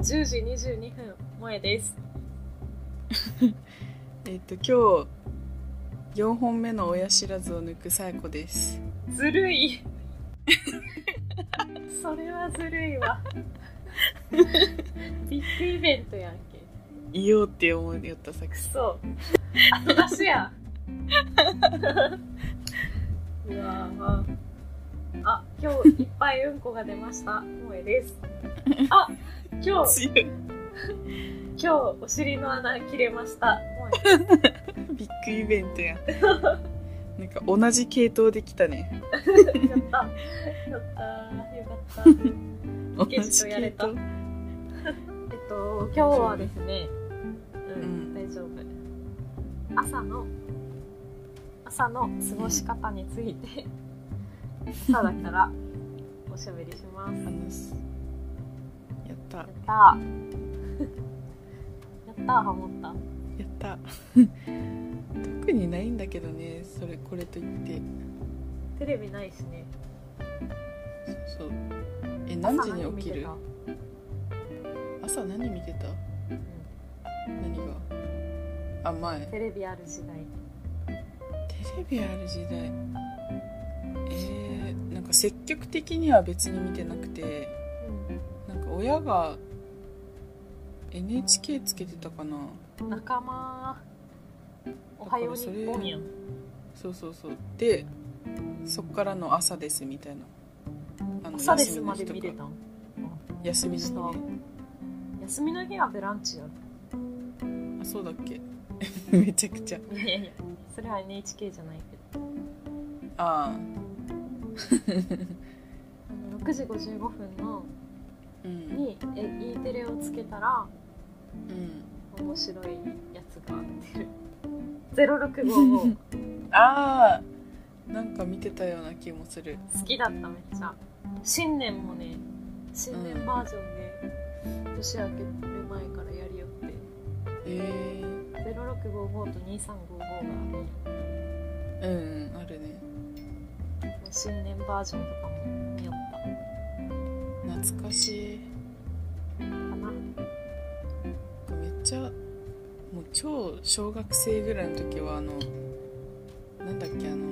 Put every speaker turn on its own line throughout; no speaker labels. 10時22分萌えです
えっと今日4本目の親知らずを抜くさやこです
ずるい それはずるいわ ビッグイベントやんけ
言おうって思いよった作
く
戦
そ後出しや うわーまああ今日いっぱいうんこが出ました萌えですあ今日
強
今
い
日お尻の穴切れました萌え
ビッグイベント やんなんか同じ系統できたね
やった。やった。よかった。
同
ゲストやれたえっと、今日はですね、うん、
うん
大丈夫。朝の、朝の過ごし方について、朝だからおしゃべりします。や
話すやったや
った。 やった、ハモった。
った特にないんだけどねそれこれと言って
テレビないしね。
そうそうえ何時
朝
に起きる
何
朝何見てた
見て
何があ前
たテレビある時代。
テレビある時代えー、なんか積極的には別に見てなくてなんか親が NHK つけてたかな
うん、仲間、おはよう日本やん。
そうそうそうでそっからの朝ですみたいなあの
朝ですまで見れ
か
たん
休みの日ね
休みの日はブランチやん。
あそうだっけ めちゃくちゃ
いやいやいやそれは NHK じゃないけど
ああ
あの6時55分の
うん
にえ E テレをつけたら
うん
面白いやつが出る0655
ああなんか見てたような気もする
好きだっためっちゃ新年もね新年バージョンで、年明ける前からやりよって
え
0655と2355があるんや
えうんうんあるね
新年バージョンとかも見よったか
懐かしい
な
めっちゃもう超小学生ぐらいの時はあのなんだっけあの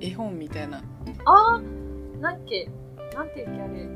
絵本みたいな
あーなんっけなんていうっけあれ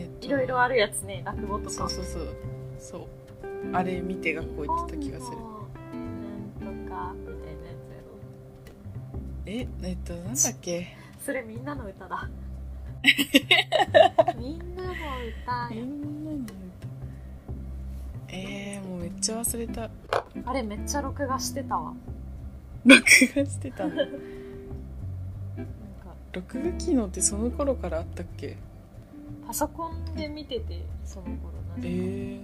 えっと
いろいろあるやつね落語とか
そうそうそうそうあれ見て学校行ってた気が
なんと
する
かみたいなやつやろ
ええっとなんだっけ
それみんなの歌 だみんなの歌
み
や
んなの歌えー、もうめっちゃ忘 れた
あれめっちゃ録画してたわ
録画してたの
なんか
録画機能ってその頃からあったっけ
パソコンで見ててその頃なぜか
え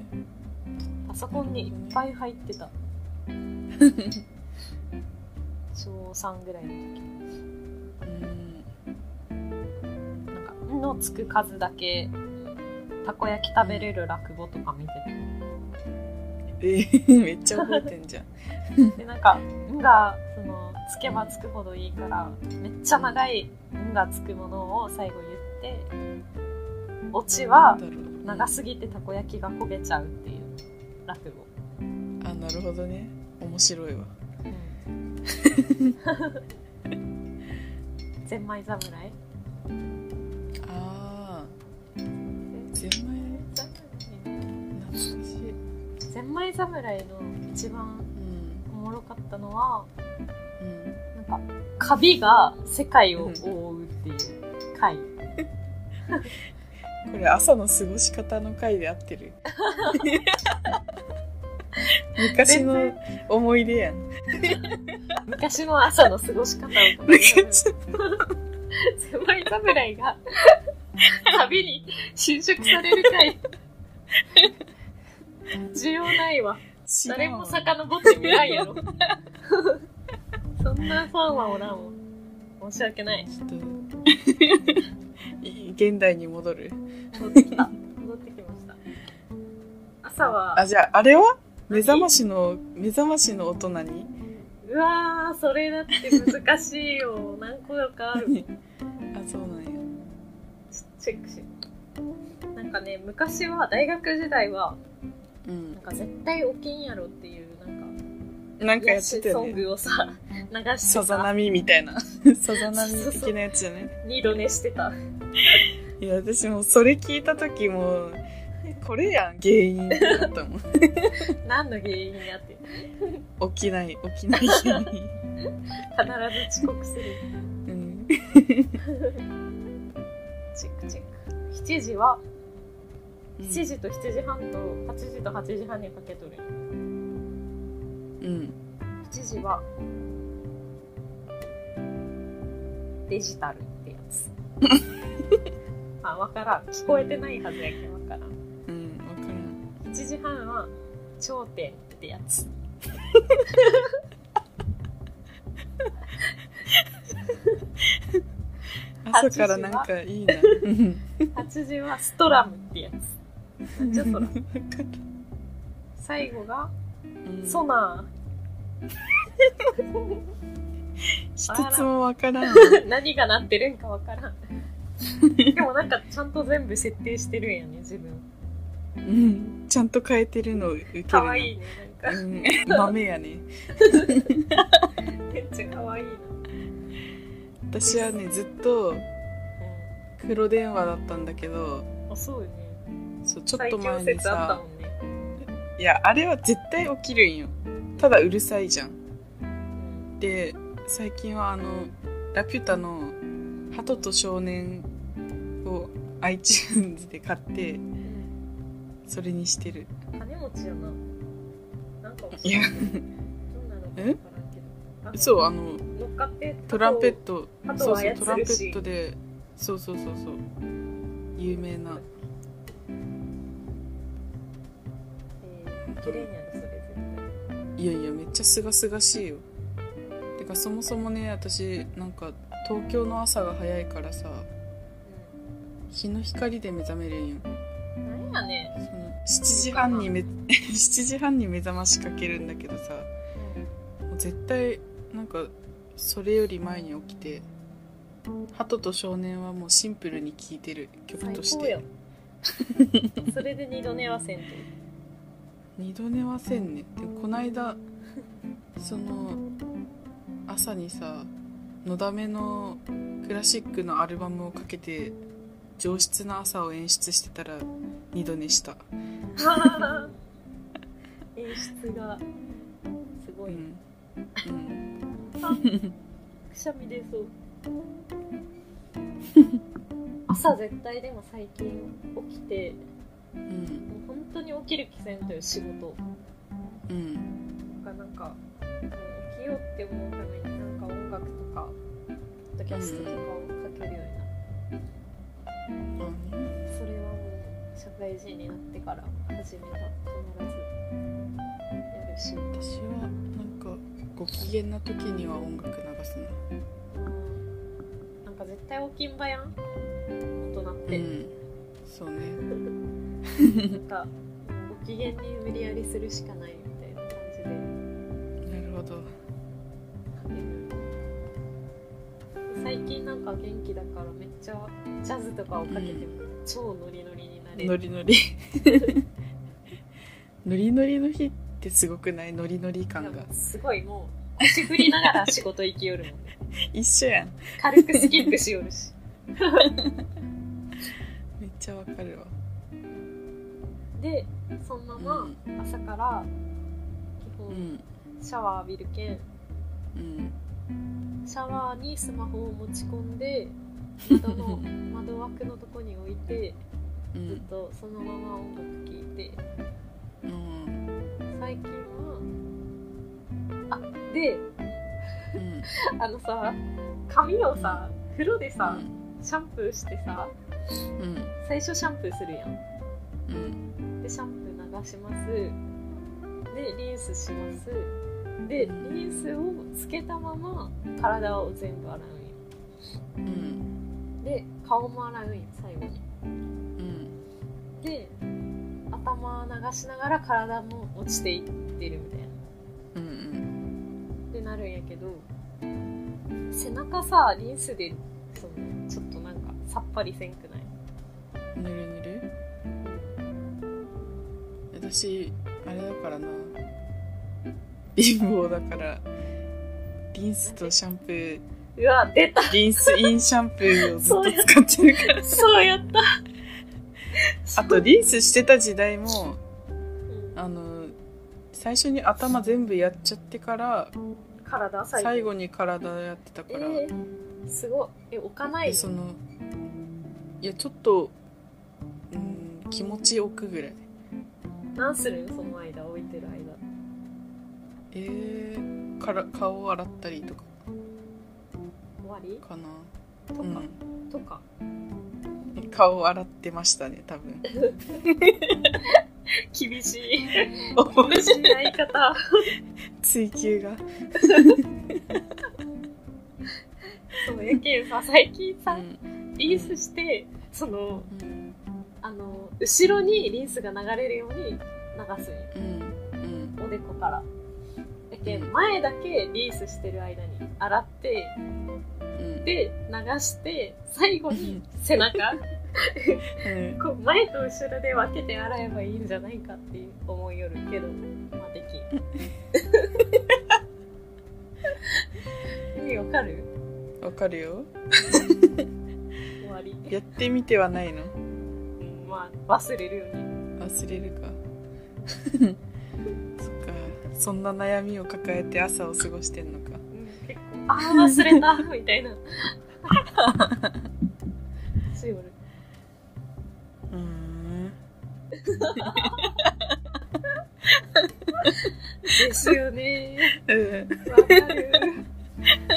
パソコンにいっぱい入って た小3ぐらいの
ー、うん
時なんか「ん」のつく数だけたこ焼き食べれる落語とか見てて
えー、めっちゃ覚えてんじゃん
でなんか「ん」がそのつけばつくほどいいからめっちゃ長い「ん」がつくものを最後言ってオチは
なんだろう
長すぎてたこ焼きが焦げちゃうっていう落語、
あなるほどね面白いわ
ゼンマイ侍
あーゼンマイ懐かしい
ゼンマイ侍の一番
うん
おもろかったのは
うん
なんかカビが世界を覆うっていう回
これ朝の過ごし方の回で合っ てる昔の思い出やん
昔の朝の過ごし方を考える
昔
ゼンマイ侍 が旅に侵食される 回需要ないわ
知らん
誰も遡ってみない やろそんなファンはおらんわ申し訳ない
ちょっ と現代に戻る
戻ってきた戻ってきました朝は
あじゃああれは目覚ましの目覚ましの音何
うわーそれだって難しいよ何個かある
あそうなんや
チェックしなんかね昔は大学時代は
うん
なんか絶対起きんやろっていうなんか
なんかや
癒
っ
し
て
たソ
よ
ン
ね
グをさ流して
さざ
さ
波みた いなさざ波的なやつよね
二度寝してた
いや私もそれ聞いた時もうこれやん原因だっ たもん
何の原因になって
起きない起きない原因
必ず遅刻する
うん
チェックチェック7時は
うん
7時と7時半と8時と8時半にかけとるんよ
うん
7時はデジタルってや つあわからん聞こえてないはずやけんわからん
うんわからん
7時半は頂点ってやつ
朝からなんかい いなうん
8時はストラムってやつなんじゃそら
わかる
最後が
うん
ソナー
一つもわからん
何がなってるんかわからんでもなんかちゃんと全部設定してるんやね自分
うんちゃんと変えてるの受ける
かわいいねなんか
うん、豆やね
めっちゃかわいいな
私はねずっと黒電話だったんだけど
あそうよね
そうちょっと前
最強
に
説あった
さ
もんね
いやあれは絶対起きるんよただうるさいじゃん
うん
で最近はあのラピュタの「鳩と少年」を iTunes で買ってそれにしてる
金持ちやななんか
いや
どんなのか
え
分からんけどあの
そうあの
乗っかって
トランペット
鳩を
そうそう
鳩
ト
を操
ランペ
るし
ットでそうそうそうそう有名な
えー綺麗にやるそれ絶
いやいやめっちゃすがすがしいよてかそもそもね私なんか東京の朝が早いからさ日の光で目覚めるんよ
対なんやね
その7時半にめ 7時半に目覚ましかけるんだけどさもう絶対なんかそれより前に起きて「鳩と少年」はもうシンプルに聴いてる曲
最
とし
高よ
て
それで二度寝はせんと
二度寝はせんねでもこないだその朝にさのだめのクラシックのアルバムをかけて上質な朝を演出してたら二度寝した、
演出がすご
う
い、
んうん
くしゃみ出そう 朝絶対でも最近起きて
うん
もう本当に起きる気せんという仕事
うん
がなんかもう起きようって思うためになんか音楽とかポッドキャストとかをかけるようになって、それはもう社会人になってから始めた必ずやるし
私はなんかご機嫌な時には音楽流すな
うんなんか絶対起きんばやん大人って、
うんそうね
なんかご機嫌に無理やりするしかないみたいな感じで
なるほど
最近なんか元気だからめっちゃジャズとかをかけても超ノリノリになれ
ノ
る、
リノリノリノリの日ってすごくないノリノリ感が
すごいもう腰振りながら仕事行きよるもんね
一緒やん
軽くスキップしよるし
めっちゃわかるわ
でそのまま朝から基
う
本
ん
シャワー浴びるけん
うん
シャワーにスマホを持ち込んで窓の窓枠のとこに置いて
う
ずっ
ん
とそのまま音楽聴いて
うん
最近はあで
うん
あのさ髪をさ風呂でさ
う、ん
シャンプーしてさ
うん
最初シャンプーするやん
うん
でシャンプー流しますでリンスしますでリンスをつけたまま体を全部洗
うん
うんよで顔も洗うんよ最後に
う
で
ん
頭流しながら体も落ちていってるみたいな
うん
ってなるんやけど背中さリンスでそのちょっとなんかさっぱりせんくない
ぬるぬる私あれだからな貧乏だからリンスとシャンプー
うわ、出た
リンスインシャンプーをずっと使ってるから
そうやった
あとリンスしてた時代も
うん
あの最初に頭全部やっちゃってから
体最後。
最後に体やってたから、
えー、すごい。え、置かない
で
よ。
そのいやちょっとうん気持ち置くぐらい
何するんその間、置いてる間。
えー、から顔洗ったりとか
終わり
かな
とか、
う
とか。
ん、顔洗ってましたね多分
厳しい。厳しい言い方。
追求が
そうやけんさ、最近さ、
うん
リンスして、その、
うん
あの、後ろにリンスが流れるように流すんよ
うん
おでこから。やけ
うん
ん、前だけリンスしてる間に洗って、
うん
で、流して、最後に背 中。こう前と後ろで分けて洗えばいいんじゃないかって思いよるけど、まあ、できん。意 味わかる
うんわかるよ
終わり。
やってみてはないの
まあ、忘れるよね。
忘れるか そっかそんな悩みを抱えて朝を過ごしてんのか
うん、結構、ああ、忘れたみたい な。しおる。
うーん
ですよね。
うん
わかる。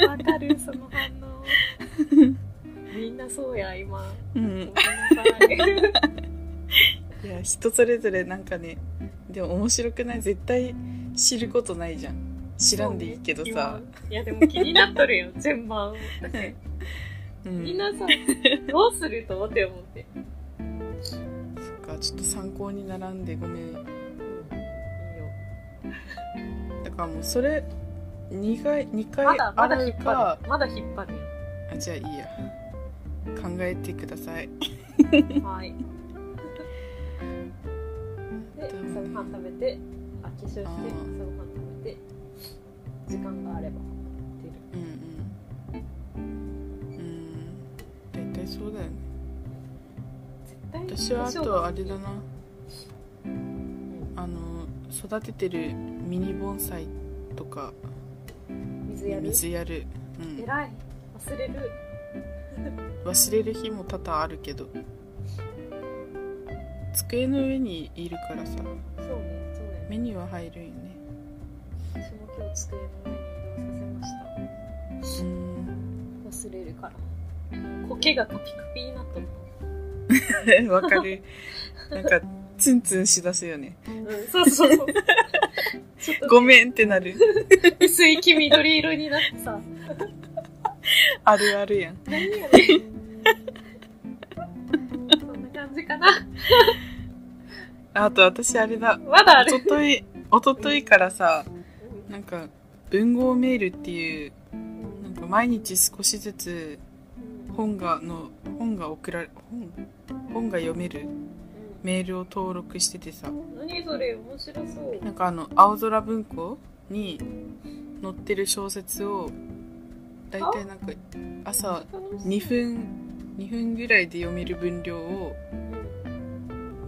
わかる、その反応。みんなそうや、今。
う
ごめ
ん
んなさい。
いや人それぞれなんかねでも面白くない絶対知ることないじゃん知らんでいいけど
そ
さ
うね。いやでも気になっとるよ、順番を。
う、
みん
ん、
なさ、どうするとって思って。いい
そっかちょっと参考に並んでごめんだ
よ。
からもうそれ2回二回
まだ、まだ
洗
引
う
っ張
か
る。まだ引っ張るよ。
あじゃあいいや考えてください
はい。で、朝ごはん食べて、あ、化粧して、朝ごはん食べて、時間があれば出る。
うんうんうん大体そうだよね
絶対
私はあとあれだ。な
うん
あの育ててるミニ盆栽とか
水やる
水やる、うん、
偉い。忘れる。
忘れる日も多々あるけど机の上にいるからさ
そうね、そうだよね。
目には入るよね
私も今日机の上に移動させました。
うん
忘れるから苔がカピカピになっとっ
わかるなんかツンツンしだすよね
た、うん、そうそうそうちょっ
ごめんってなる
と薄い黄緑色になってさ
あるあるやん
何やねんそんな感じかな
あと私あれだ
まだある
一昨日一昨日からさなんか文豪メールっていうなんか毎日少しずつ本がの本が送られ本本が読めるメールを登録しててさ
何それ面白そう
なんかあの青空文庫に載ってる小説をだいたいなんか朝
楽しい
2分2分ぐらいで読める分量を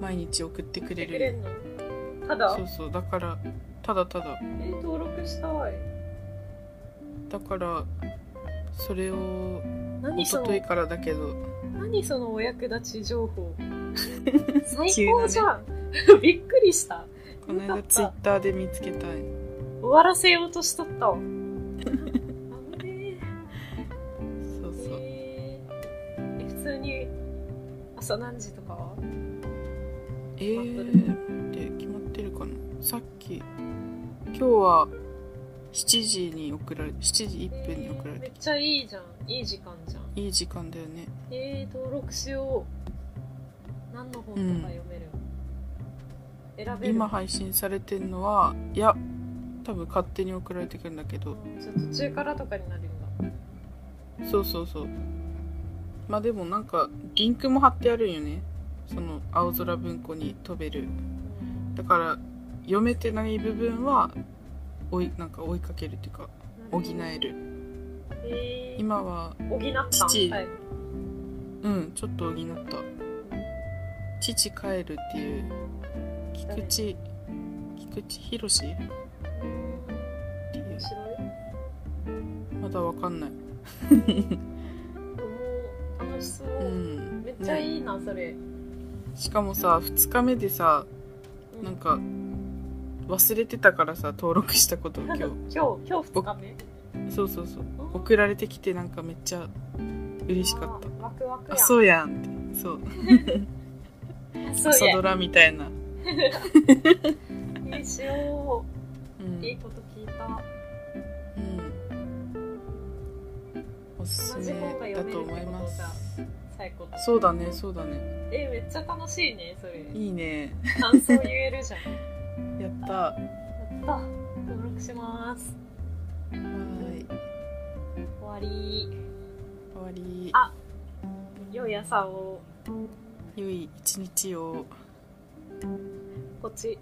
毎日送ってく
て
れ
くれ
る
んのただ
そうそうだからただただ
え登録したい
だからそれを
何
一
そ
昨
の
日からだけど
何そのお役立ち情報 最
急な
高
ね
じゃん、 びっくりした
この間ツイッターで見つけたい
終わらせようとしとったわ。あぶね
そう
え
そう
えーえ普通に朝何時とかは
えー、って決まってるかなさっき今日は7時に送られ7時1分に送ら
え
れ
ーめ
て
っちゃいいじゃん。いい時間じゃん。
いい時間だよね
えー、登録しよう。何の本とか読める、選べる
今配信されてるのはいや多分勝手に送られてくるんだけど
じゃあ途中からとかになるんだ。
そうそうそうまあでもなんかリンクも貼ってあるんよねその青空文庫に飛べるだから読めてない部分は追いなんか追いかけるっていうか補える
えー、
今は
補ったん
父
はい、
うんちょっと補った父帰るっていう菊池菊池宏っていう
面白い
まだわかんない
もう楽しそう、
うん
めっちゃ
ね
いいな、それ
しかもさ2日目でさなんか忘れてたからさ登録したことを今
今日
日
今日2日目
そうそうそう
うん
送られてきてなんかめっちゃ嬉しかっ
あーワクワクや
たあ
ん
そうやんってそう
そう
朝
や
ドラみたいな、
いいしよ
うん
ういいこと聞いた
うん、おすすめだと思います
最高
そうだねそうだね
えめっちゃ楽しいねそれ
いいね
感想言える じゃんや
やったは
った登録します
ーい終
終わり
わり
あ良い朝を
良い一日を
こっち